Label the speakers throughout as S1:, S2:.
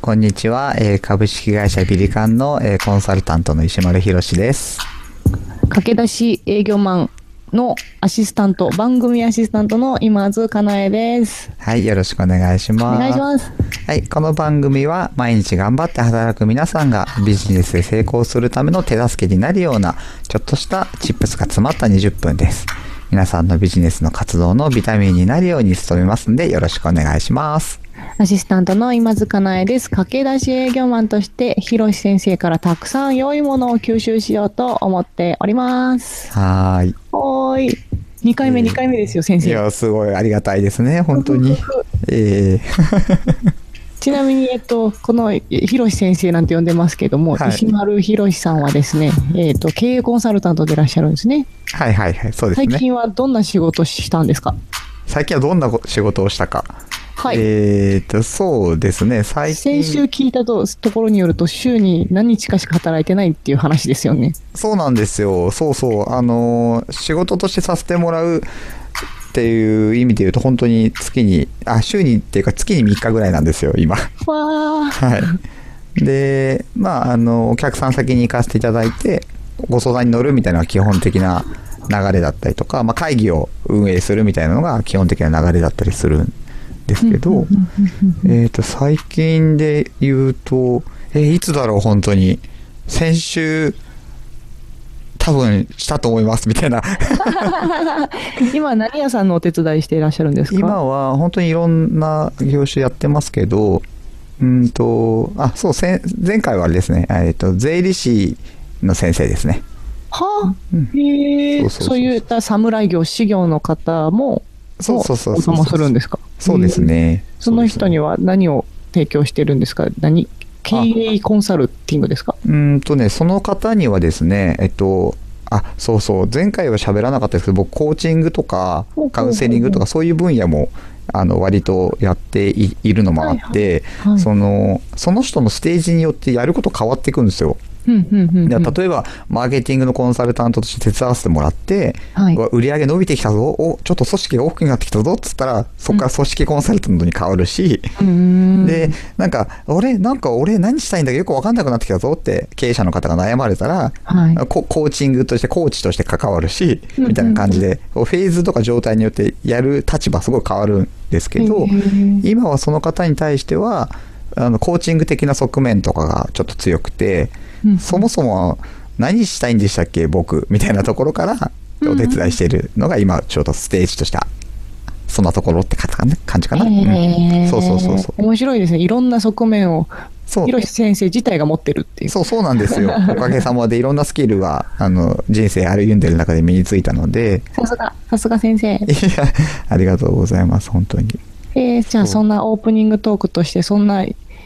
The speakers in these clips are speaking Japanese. S1: こんにちは、えー株式会社ビリカンの、えーコンサルタントの石丸博です。
S2: 駆け出し営業マンのアシスタント、番組アシスタントの今津かなえです。
S1: はい、よろしくお願いし
S2: お
S1: ます。
S2: 願いします。
S1: はい、この番組は毎日頑張って働く皆さんがビジネスで成功するための手助けになるようなちょっとしたチップスが詰まった20分です。皆さんのビジネスの活動のビタミンになるように努めますんでよろしくお願いします。
S2: アシスタントの今津かなえです。駆け出し営業マンとして、ひろし先生からたくさん良いものを吸収しようと思っております。
S1: はーい。
S2: おーい。2回目、
S1: えー
S2: 2回目ですよ、先
S1: い
S2: 生。
S1: や、すごいありがたいですね、本当 に。え
S2: ちなみに、えっと、この、えひろし先生なんて呼んでますけども、
S1: はい
S2: 石丸ひろしさんはですね、えっと、経営コンサルタントでいらっしゃるんですね。
S1: ー、 はいはいはい、そうです
S2: 最
S1: ね。
S2: 近はどんな仕事したんですか
S1: 最近はどんな仕事をしたか。
S2: はい。
S1: えーと、そうですね、最
S2: 先
S1: 近。
S2: 週聞いたとところによると週に何日かしか働いてないっていう話ですよね。
S1: そうなんですよ。そうそう。あのー仕事としてさせてもらうっていう意味で言うと、本当に月に、あ、週にっていうか月に3日ぐらいなんですよ、今。
S2: わあ、
S1: はい。で、まあ、あの、お客さん先に行かせていただいて、ご相談に乗るみたいなのが基本的な流れだったりとか、まあ、会議を運営するみたいなのが基本的な流れだったりするんですけど、えっと、最近で言うと、えーいつだろう、本当に。先週、多分したと思いますみたいな
S2: 今何屋さんのお手伝いしていらっしゃるんですか
S1: 今は本当にいろんな業種やってますけど、うんと、あ、そう、先前回はあれですね、えっ、と、税理士の先生ですね。
S2: はあ、
S1: うん
S2: へえ
S1: そうそうそ
S2: そ
S1: うそう
S2: ういった侍業、修行の方も、
S1: そうそうそう
S2: もお
S1: そう
S2: 供するんですか
S1: そうです。
S2: へえ
S1: ね。
S2: その人には何を提供してるんですか何経営コンサルティングですか
S1: うんとね、その方にはですね、えっと、あ、そうそう、前回は喋らなかったですけど、僕、コーチングとか
S2: ほうほうほう、
S1: カウンセリングとか、そういう分野も、あの、割とやっていいるのもあって、
S2: はいはい
S1: その、その人のステージによってやること変わっていくんですよ。
S2: うんうんうんうん
S1: で例えば、マーケティングのコンサルタントとして手伝わせてもらって、
S2: はいう
S1: わ売り上げ伸びてきたぞ、お、ちょっと組織が大きくなってきたぞっつったら、そこから組織コンサルタントに変わるし、
S2: うーん
S1: で、なんか、俺、なんか俺何したいんだけどよくわかんなくなってきたぞって経営者の方が悩まれたら、
S2: はい
S1: ココーチングとして、コーチとして関わるし、
S2: うん
S1: みたいな感じで、こうフェーズとか状態によってやる立場すごい変わるんですけ
S2: へ
S1: ど
S2: ー、
S1: 今はその方に対しては、あのコーチング的な側面とかがちょっと強くて、
S2: うん
S1: そもそも何したいんでしたっけ僕みたいなところからお手伝いしているのが今ちょうどステージとしたそんなところって感じかな感じかな、
S2: へ
S1: う
S2: え
S1: んそうそうそうそう
S2: 面白いですね。いろんな側面を
S1: そう
S2: ひろし先生自体が持ってるっていう。
S1: そうそうなん ですよおかげさまでいろんなスキルがあの人生歩んでる中で身についたので
S2: さすが、さすが先生。
S1: いやありがとうございます本当に
S2: えーじゃあそんなオープニングトークとして、そんな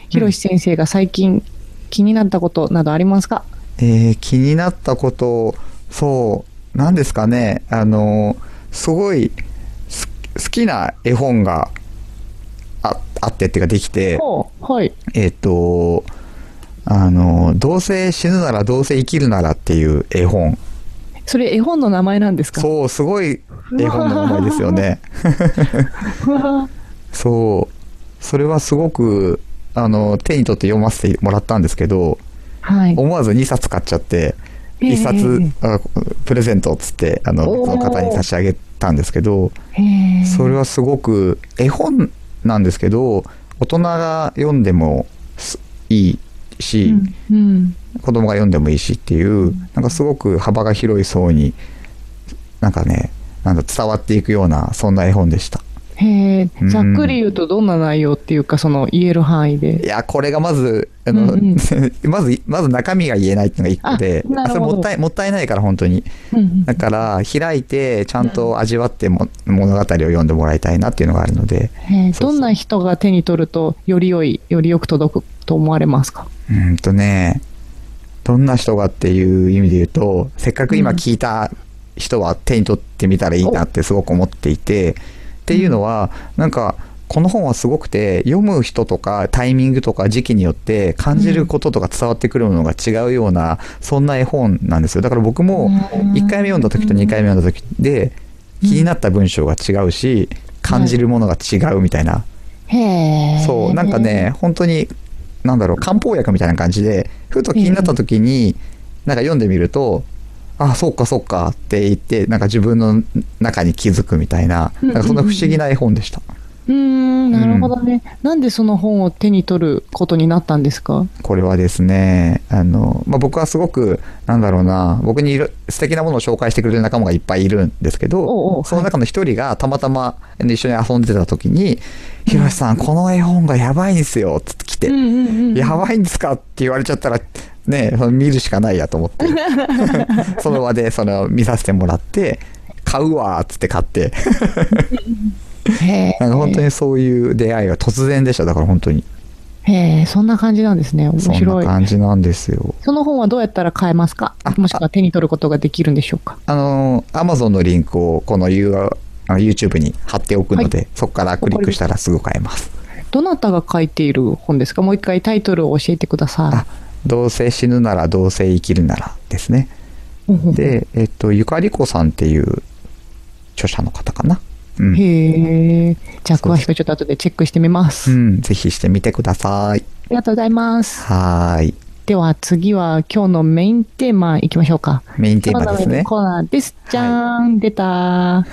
S2: ひろし先生が最近気になったことなどありますか、
S1: えー気になったことそうなんですかねあのすごいす好きな絵本がああってっていうかできて
S2: ほうはい。
S1: えっ、と、あの、どうせ死ぬならどうせ生きるならっていう絵本。
S2: それ絵本の名前なんですか
S1: そう、すごい絵本の名前ですよね。
S2: うわ
S1: そう。それはすごく、あの、手に取って読ませてもらったんですけど、
S2: はい。
S1: 思わず2冊買っちゃって、
S2: ええ
S1: 1冊、あプレゼントっつって、あの、
S2: おー
S1: その方に差し上げたんですけど、
S2: へー
S1: それはすごく、絵本なんですけど、大人が読んでもすいいし、
S2: うんうん。
S1: 子供が読んでもいいしっていうなんかすごく幅が広い層になんかねなんだ伝わっていくようなそんな絵本でした
S2: へえ
S1: うん
S2: ざっくり言うとどんな内容っていうか、その言える範囲
S1: い
S2: で。
S1: やこれがまずあの、
S2: うん
S1: まずまず中身が言えないっていうのが一個で
S2: あなる
S1: そ
S2: ほ
S1: れ
S2: ど
S1: もったいもったいないから本当に
S2: うんうん
S1: だから開いてちゃんと味わっても物語を読んでもらいたいなっていうのがあるので、
S2: へー
S1: そうそう
S2: どんな人が手に取ると、より良い、よりよく届くと思われますか
S1: うーんとね、どんな人がっていう意味で言うと、せっかく今聞いた人は手に取ってみたらいいなってすごく思っていて、っていうのは、なんか、この本はすごくて、読む人とかタイミングとか時期によって感じることとか伝わってくるものが違うような、そんな絵本なんですよ。だから僕も
S2: うん
S1: 1回目読んだ時と2回目読んだ時で、気になった文章が違うし、感じるものが違うみたいな。
S2: へえ。
S1: そうなんかね本当になんだろう、漢方薬みたいな感じで、ふと気になった時に、なんか読んでみると、あ、そうかそうかって言って、なんか自分の中に気づくみたいな、
S2: うんうん
S1: なんかそんな不思議な絵本でした。
S2: うーんなるほどね、なんでその本を手に取ることになったんですか
S1: これはですね、あの、まあ、僕はすごく、なんだろうな、僕にいる素敵なものを紹介してくれる仲間がいっぱいいるんですけ
S2: お
S1: ど、
S2: うおう
S1: その中の一人がたまたまあの一緒に遊んでた時に、ひろしさん、この絵本がやばいんですよ、つって来て、
S2: んうんうん
S1: やばいんですかって言われちゃったら、ね、その見るしかないやと 思って、その場でその見させてもらって、買うわーっつって買って、
S2: へえ
S1: なんか本当にそういう出会いは突然でした、だから本当に。
S2: へえそんな感じなんですね面
S1: そん
S2: 白
S1: ない感じなんですよ。
S2: その本はどうやったら買えますか
S1: あ
S2: もしくは手に取ることができるんでしょうか
S1: あの、アマゾンのリンクをこの UR あの YouTube に貼っておくので、そこからクリックしたらすぐ買えます。
S2: どなたが書いている本ですかもう一回タイトルを教えてくださ
S1: あ、どうせ死ぬならどうせ生きるならですね。
S2: い。うんうん
S1: で、えっと、ゆかりこさんっていう著者の方かな。うん。
S2: へえ。じゃあ詳しくちょっと後でチェックしてみます。
S1: う
S2: あ
S1: ん、ぜひしてみてください。
S2: りがとうございます。
S1: はーい。
S2: では次は今日のメインテーマいきましょうか。
S1: メインテーマです
S2: 今日のメイン
S1: ね。
S2: コーナーです。じゃーん、出たー。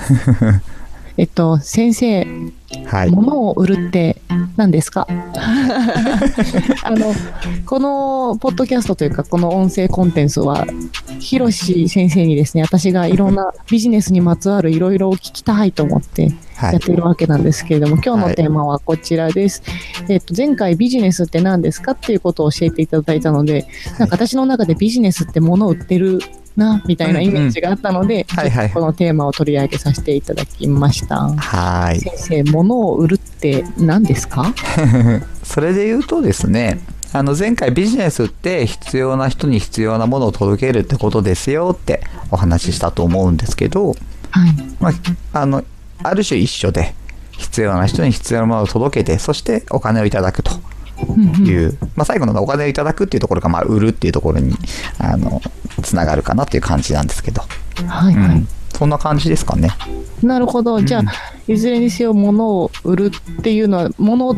S2: えっと、先生、
S1: はい。
S2: 物を売るって何です かあのこのポッドキャストというかこの音声コンテンツはひろし先生にですね私がいろんなビジネスにまつわるいろいろを聞きたいと思って
S1: は
S2: や
S1: い
S2: っ。てるわけなんですけれども、今日のテーマはこちらです、えっと、前回ビジネスって何ですかっていうことを教えていただいたので、なんか私の中でビジネスって物を売ってるなみたいなイメージがあったので、
S1: うんはいはい
S2: ちょっとこのテーマを取り上げさせていただきました。
S1: はーい。
S2: 先生、物を売るって何ですか
S1: それで言うとですね、あの前回ビジネスって必要な人に必要なものを届けるってことですよってお話ししたと思うんですけど、
S2: はい。
S1: まあ、あの、ある種一緒で、必要な人に必要なものを届けて、そしてお金をいただくという、まあ、最後のお金をいただくっていうところが、まあ、売るっていうところに、あの、つながるかなっていう感じなんですけど、
S2: はい、
S1: うん
S2: はい。
S1: そんな感じですかね。
S2: なるほど。じゃあ、いずれにせよ物を売るっていうのは、物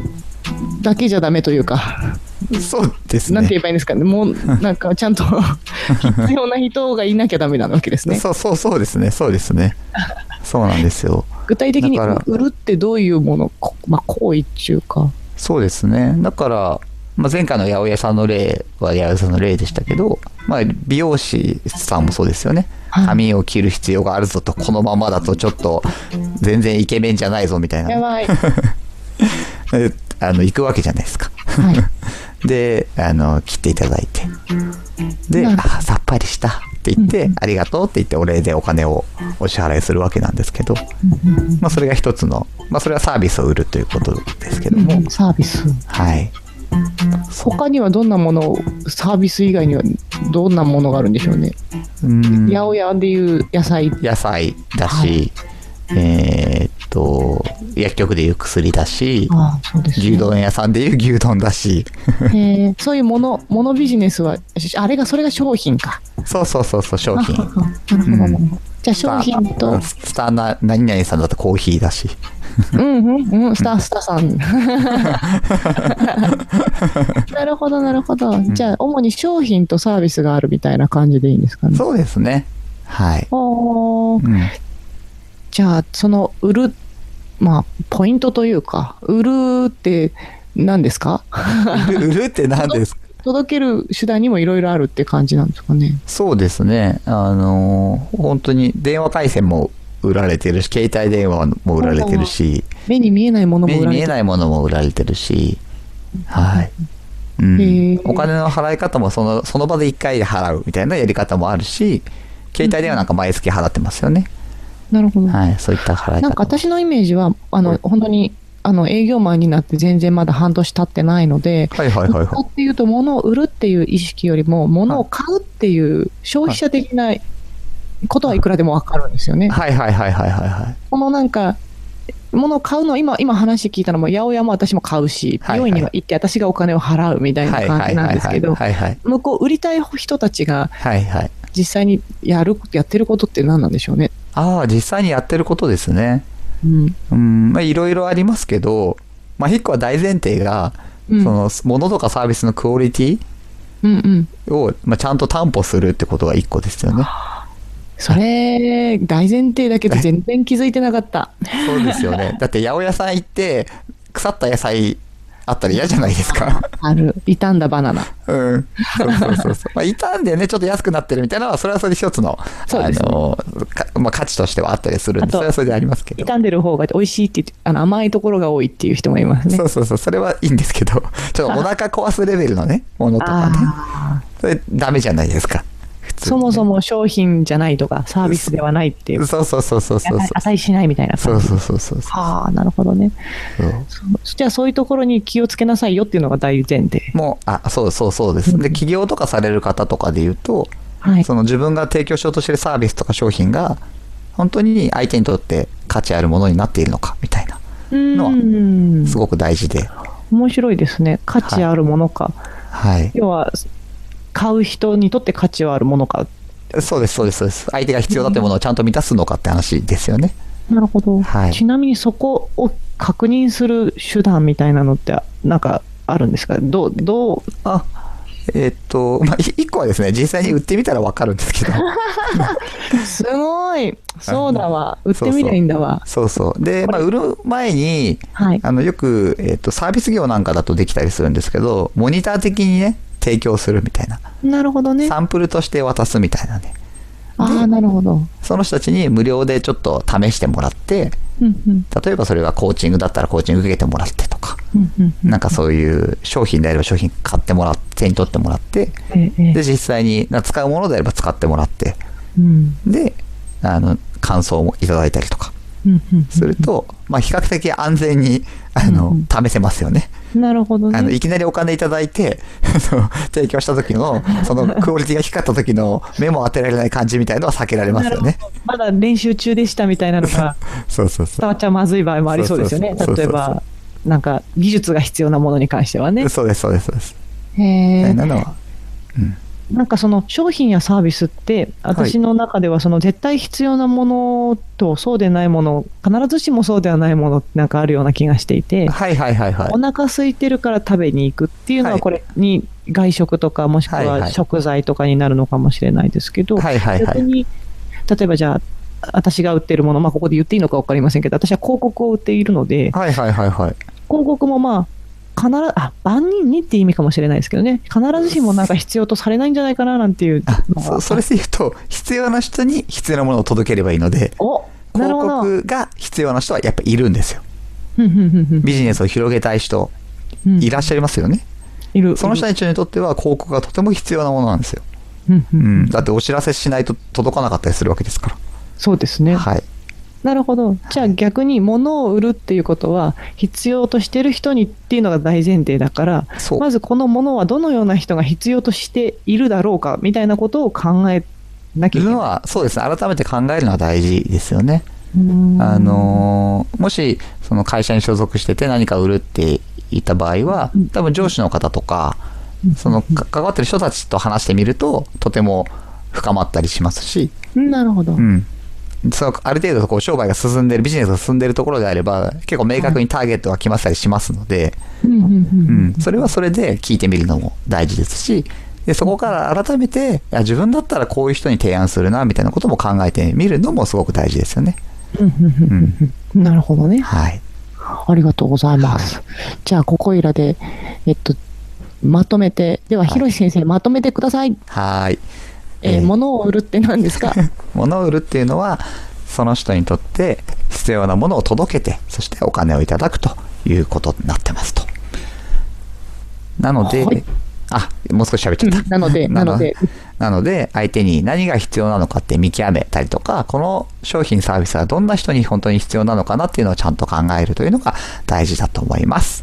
S2: だけじゃダメというか、
S1: そうですね。
S2: なんて言えばいいんですかね。もう、なんかちゃんと 必要な人がいなきゃダメなわけですね。
S1: そうそうそうですね、そうです ね。そうなんですよ。
S2: 具体的に
S1: だから
S2: 売るってどういうもの、こまあ、行為っていうか。
S1: そうですね。だから、まあ、前回の八百屋さんの例は八百屋さんの例でしたけど、まあ、美容師さんもそうですよね。
S2: はい
S1: 髪を切る必要があるぞと、このままだとちょっと全然イケメンじゃないぞみたい
S2: や
S1: な。
S2: ばい。は
S1: えあの、行くわけじゃないですか。
S2: い。
S1: で、あの、切っていただいて。で、
S2: なる
S1: あさっぱりしたって言って、ありがとうって言ってお礼でお金をお支払いするわけなんですけど、まあ、それが一つの、まあ、それはサービスを売るということですけども、
S2: うんサービス。
S1: はい。
S2: 他にはどんなものを、サービス以外にはどんなものがあるんでしょうね。
S1: うん
S2: 八百屋でいう野菜
S1: 野菜だし、
S2: はい
S1: えーっと薬局でいう薬だし
S2: ああそうですね
S1: 牛丼屋さんでいう牛丼だ し
S2: へえそういうものものビジネスはしあれがそれが商品か
S1: そうそうそうそう商品
S2: ああなるほど、
S1: うん
S2: じゃあ商品と
S1: ススターな何々さんだとコーヒーだし
S2: うんうんうんスタースターさ んなるほどなるほどじゃあ主に商品とサービスがあるみたいな感じでいいんですかね
S1: そうですねはい、
S2: おー
S1: うん
S2: じゃあその売るまあポイントというか売るって何ですか
S1: 売る売るって何ですか
S2: 届ける手段にもいろいろあるって感じなんですかね
S1: そうですねあのー本当に電話回線も売られてるし携帯電話も売られてるし
S2: 目に見えないものも
S1: 目
S2: 売られ
S1: に見
S2: て
S1: え
S2: る
S1: ないものも売られてるし、はい。う
S2: へー
S1: ん、お金の払い方もそのその場で1回で払うみたいなやり方もあるし携帯電話なんか毎月払ってますよね、
S2: なるほど
S1: はいそういった払い方
S2: なんか私のイメージはあの本当にあの営業マンになって全然まだ半年経ってないので、
S1: はいはいはい
S2: 売っ
S1: は
S2: たっていうと物を売るっていう意識よりも物を買うっていう消費者的なことはいくらでもわかるんですよね
S1: い。はいはいはいはいはいはい
S2: このなんか物を買うの今今話聞いたのも八百屋も私も買うし
S1: はいは
S2: 美
S1: い
S2: 容院には行って私がお金を払うみたい
S1: は
S2: ない感
S1: は
S2: じ
S1: い
S2: なん
S1: はい
S2: です
S1: は
S2: け
S1: い
S2: ど
S1: はいはい
S2: 向こう売りたい人たちが
S1: はいはい
S2: 実際にやるやってることって何なんでしょうね。
S1: ああ実際にやってることですね
S2: うん
S1: うんまあいろいろありますけどまあ一個は大前提が
S2: うん
S1: その物とかサービスのクオリテ
S2: うんうん。
S1: ィを、まあ、ちゃんと担保するってことが一個ですよね。
S2: それ、大前提だけど全然気づいてなかった。
S1: そうですよ ね。だって八百屋さん行って腐った野菜あったら嫌じゃないで すか。
S2: ある。傷んだバナナ。
S1: うん。そうそうそうそう。まあ、傷んでね、ちょっと安くなってるみたいなのは、それはそれで一つの、
S2: そう
S1: あ
S2: ですね
S1: の、かまあ、価値としてはあったりするん
S2: あ
S1: で、
S2: と
S1: それはそれでありますけど。
S2: 傷んでる方が美味しいって言って、あの甘いところが多いっていう人もいますね
S1: そ。うそうそう、それはいいんですけ ど、ちょっとお腹壊すレベルのね、ものとかね。
S2: あ
S1: それダメじゃないですか。普
S2: ー
S1: 通に
S2: そもそも商品じゃないとか、サービスではないっていう、
S1: そうそうそうそうそうそう。
S2: 値しないみたいな
S1: そ
S2: 感
S1: う
S2: じ。
S1: そうそうそうそ
S2: はあ、なるほどね。
S1: う。
S2: そうじゃあ、そういうところに気をつけなさいよっていうのが大前提。
S1: もう、あ、そうそうそうです。で、起業とかされる方とかで言うと、
S2: はい。
S1: その自分が提供しようとしてるサービスとか商品が、本当に相手にとって価値あるものになっているのか、みたいな、
S2: うーん。
S1: すごく大事で。
S2: 面白いですね。価値あるものか。
S1: はい。
S2: 要は、買う人にとって価値はあるものか。
S1: そうです、そうです、そうです。相手が必要だってものをちゃんと満たすのかって話ですよね。
S2: なるほど。
S1: はい
S2: ちなみに、そこを確認する手段みたいなのって、なんか、あるんですかどう、どう、
S1: あ、えっと、まあ、い一個はですね、実際に売ってみたらわかるんですけど。
S2: すごいそうだわ。売ってみりゃいいんだわ。
S1: そうそう。で、まあ、売る前に、
S2: はい。
S1: あの、よく、えっと、サービス業なんかだとできたりするんですけど、モニター的にね、提供するみたいな。
S2: なるほどね。あ
S1: サンプルとして渡すみたいなね。
S2: あー、なるほど。
S1: その人たちに無料でちょっと試してもらって、
S2: うんうん
S1: 例えばそれがコーチングだったらコーチング受けてもらってとか、
S2: うんうんうん
S1: なんかそういう商品であれば商品買ってもらって、手に取ってもらって、
S2: ええええ
S1: で、実際にな使うものであれば使ってもらって、
S2: うん
S1: で、あの、感想もいただいたりとか
S2: うんうん
S1: すると、まあ比較的安全に、あの、試せますよね。
S2: なるほど
S1: あの
S2: ね。
S1: いきなりお金いただいて、 あの提供した 時の、そのクオリティが低かった時の目も当てられない感じみたいのは避けられますよね
S2: な。るほどまだ練習中でしたみたいなの が
S1: そうそうそ
S2: 伝わっちゃまずい場合もありそうですよね
S1: そうそうそう。
S2: 例え
S1: そうそ
S2: ば、なんか技術が必要なものに関してはね
S1: う。。そうです、そうです、そうです。
S2: へ
S1: みた
S2: え
S1: いなのは。
S2: なんかその商品やサービスって、私の中ではその絶対必要なものとそうでないもの、必ずしもそうではないものってなんかあるような気がしていて。
S1: はいはいはいはい
S2: お。腹空いてるから食べに行くっていうの
S1: は
S2: はいこれに外食とかもしく
S1: はいは
S2: はい食材とかになるのかもしれないですけど、
S1: はいはいは
S2: 逆
S1: い。
S2: に例えばじゃあ私が売ってるもの、まあ、ここで言っていいのか分かりませんけど私は広告を売っているので
S1: はいはいはいは
S2: 広
S1: い。
S2: 告もまあ必ずあ万人にって意味かもしれないですけどね必ずしもなんか必要とされないんじゃないかななんていうのが
S1: そそれで言うと、必要な人に必要なものを届ければいいので、
S2: おな
S1: 広
S2: るほど
S1: 告が必要な人はやっぱいるんですよ。
S2: うんうんうん
S1: ビジネスを広げたい人、
S2: うん
S1: いらっしゃいますよね。
S2: いる
S1: その人
S2: い
S1: たちにとっては広告がとても必要なものなんですよ。
S2: るうんう
S1: うんん。だってお知らせしないと届かなかったりするわけですか
S2: そうですね
S1: ら。はい。
S2: なるほど。じゃあ逆に物を売るっていうことは必要としてる人にっていうのが大前提だから
S1: そう
S2: まずこの物はどのような人が必要としているだろうかみたいなことを考えなきゃいけな
S1: の
S2: い。
S1: は、そうですね。改めて考えるのは大事ですよね。
S2: うーん
S1: あのーもし、その会社に所属してて何か売るって言った場合は、多分上司の方とか、そのか関わってる人たちと話してみると、とても深まったりしますし、
S2: うんなるほど。
S1: うん。そのある程度こう商売が進んでる、ビジネスが進んでるところであれば、結構明確にターゲットが決まってたりしますので、
S2: うんうんうん
S1: うん、それはそれで聞いてみるのも大事ですし、でそこから改めて、あ自分だったらこういう人に提案するな、みたいなことも考えてみるのもすごく大事ですよね。うん。
S2: なるほどね。
S1: はい。
S2: ありがとうございます。じゃあここいらで、えっと、まとめて、では、
S1: はい
S2: ひろし先生、まとめてください。
S1: はーい。
S2: えー
S1: えー
S2: 物を売るって何です か
S1: 物を売るっていうのは、その人にとって必要なものを届けて、そしてお金をいただくということになってますと。なので、
S2: はい
S1: あ、もう少し喋っちゃった。
S2: なので、なので。
S1: なので、相手に何が必要なのかって見極めたりとか、この商品サービスはどんな人に本当に必要なのかなっていうのをちゃんと考えるというのが大事だと思います。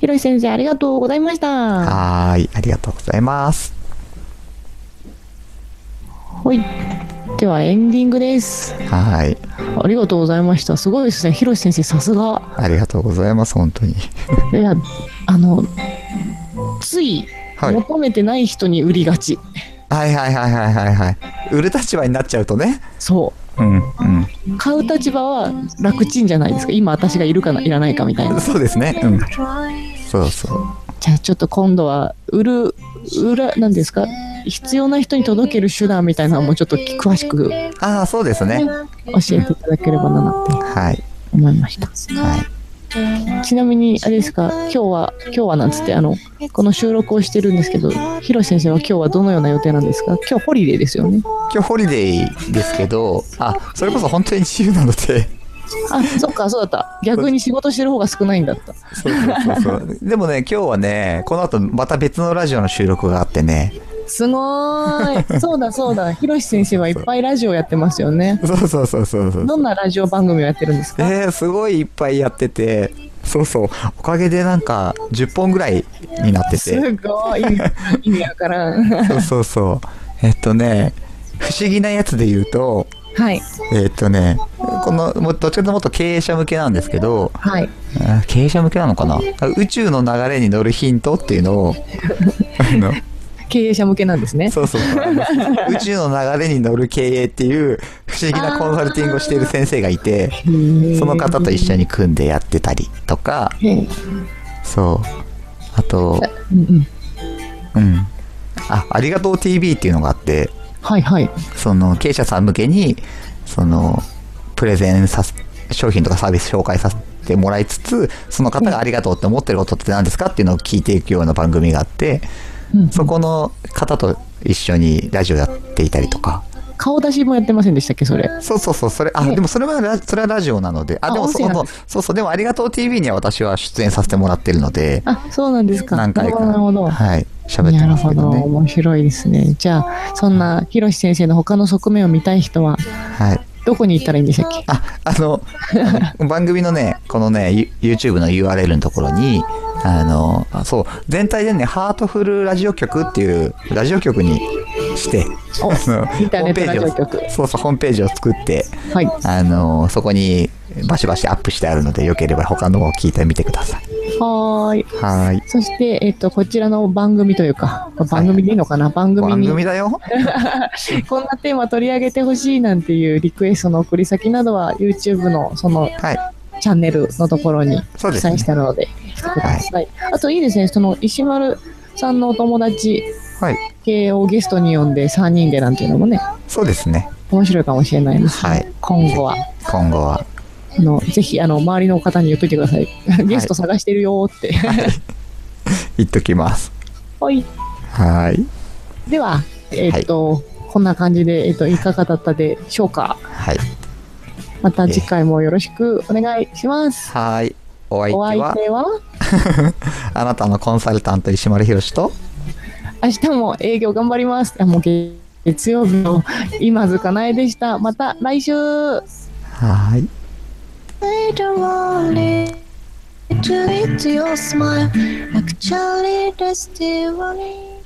S2: ひろし先生、ありがとうございました。
S1: はーい、ありがとうございます。
S2: はい。ではエンディングです。
S1: はーい、
S2: ありがとうございました。すごいですね。ひろし先生、さすが。
S1: ありがとうございます、本当に。
S2: いや、あの、つい、
S1: はい
S2: 求めてない人に売りがち。
S1: はいはいはいはいはいはい。売る立場になっちゃうとね。
S2: そ
S1: うん、うん。
S2: う。買う立場は楽ちんじゃないですか。今私がいるかな、いらないかみたいな。
S1: そうですね。うん。そうそう。
S2: じゃあちょっと今度は売る裏なんですか必要な人に届ける手段みたいなのもちょっと詳しく
S1: ああ、そうですね。
S2: 教えていただければななんて
S1: はい。
S2: 思いました
S1: はい。
S2: ちなみにあれですか今日は今日はなんつってあのこの収録をしてるんですけどひろし先生は今日はどのような予定なんですか今日ホリデーですよね
S1: 今日ホリデーですけど、あ、それこそ本当に自由なので、
S2: あそっかそうだった逆に仕事してる方が少ないんだった
S1: そうそうそうそう。 でもね、今日はね、この後また別のラジオの収録があってね、
S2: すごーいそうだそうだひろし先生はいっぱいラジオやってますよね
S1: そうそうそうそうそう。
S2: どんなラジオ番組をやってるんですか
S1: えー、すごいいっぱいやってて、そうそう。おかげでなんか10本ぐらいになって
S2: す
S1: て、
S2: ごい意味意味わから ん
S1: そうそうそう。えっとね、不思議なやつで言うと、
S2: はい
S1: えっとね、この、もうどっちかというともっと経営者向けなんですけど、
S2: はい
S1: あー経営者向けなのかな宇宙の流れに乗るヒントっていうのをあの
S2: 経営者向けなんですね
S1: そうそうあの宇宙の流れに乗る経営っていう不思議なコンサルティングをしている先生がいてその方と一緒に組んでやってたりとか
S2: へー
S1: そうあと
S2: うんうん
S1: うんあありがとう TV っていうのがあって
S2: はいはい
S1: その経営者さん向けにそのプレゼンさせ商品とかサービス紹介させてもらいつつその方がありがとうって思ってることって何ですかっていうのを聞いていくような番組があって、
S2: うん
S1: そこの方と一緒にラジオやっていたりとか
S2: 顔出しもやってませんでしたっけそれ
S1: そうそうそうそれあ、
S2: ね
S1: でもそれはラそれはラジオなのであ
S2: あ
S1: でも
S2: 音
S1: そ
S2: 声なん
S1: のそうそうでも「ありがとう TV」には私は出演させてもらってるので
S2: あそうなんですか
S1: 何回か
S2: なるほど
S1: はい喋ってますけど
S2: なるほど
S1: ね
S2: 面白いですねじゃあそんなひろし先生の他の側面を見たい人は
S1: はい
S2: どこに行ったらいいんでしたっけ
S1: あ、あ の、あの番組のね、このね、ゆ YouTube の URL のところに、あの、あそう、全体でね、ハートフルラジオ局っていう、ラジオ局にして、
S2: お
S1: あの
S2: インターネットラジオ
S1: ホーム
S2: 局
S1: ページをそうそう、ホームページを作って、
S2: はい
S1: あの、そこにバシバシアップしてあるので、よければ他のも聞いてみてください。
S2: はーい
S1: はーい。
S2: そして、えっと、こちらの番組というか、これ番組でいいのかな、番組
S1: 番
S2: に
S1: 組だよ。
S2: こんなテーマ取り上げてほしいなんていうリクエストの送り先などは YouTube のその
S1: はい。
S2: チャンネルのところに
S1: そう
S2: 記
S1: です
S2: 載
S1: ね
S2: し。たので来てください。あといいですね、その石丸さんのお友達
S1: はい。
S2: 系をゲストに呼んで3人でなんていうのもね、
S1: そうですね。
S2: 面白いかもしれないです、ね
S1: はい
S2: 今後は。
S1: 今後は。
S2: あのぜひあの周りの方に言っといてください。ゲスト探してるよーって。
S1: 言っときます。
S2: はい。
S1: はーい。
S2: では、えっと、こんな感じで、えっと、いかがだったでしょうか。
S1: はい。
S2: また次回もよろしくお願いします。
S1: はーい。お相手
S2: お相
S1: は。
S2: 手は、
S1: あなたのコンサルタント石丸宏と
S2: 明日も営業頑張ります。あもう月月曜日の今津かなえでした。また来週。
S1: はーい
S3: Later on, it- to it's your smile. Actually, that's the one.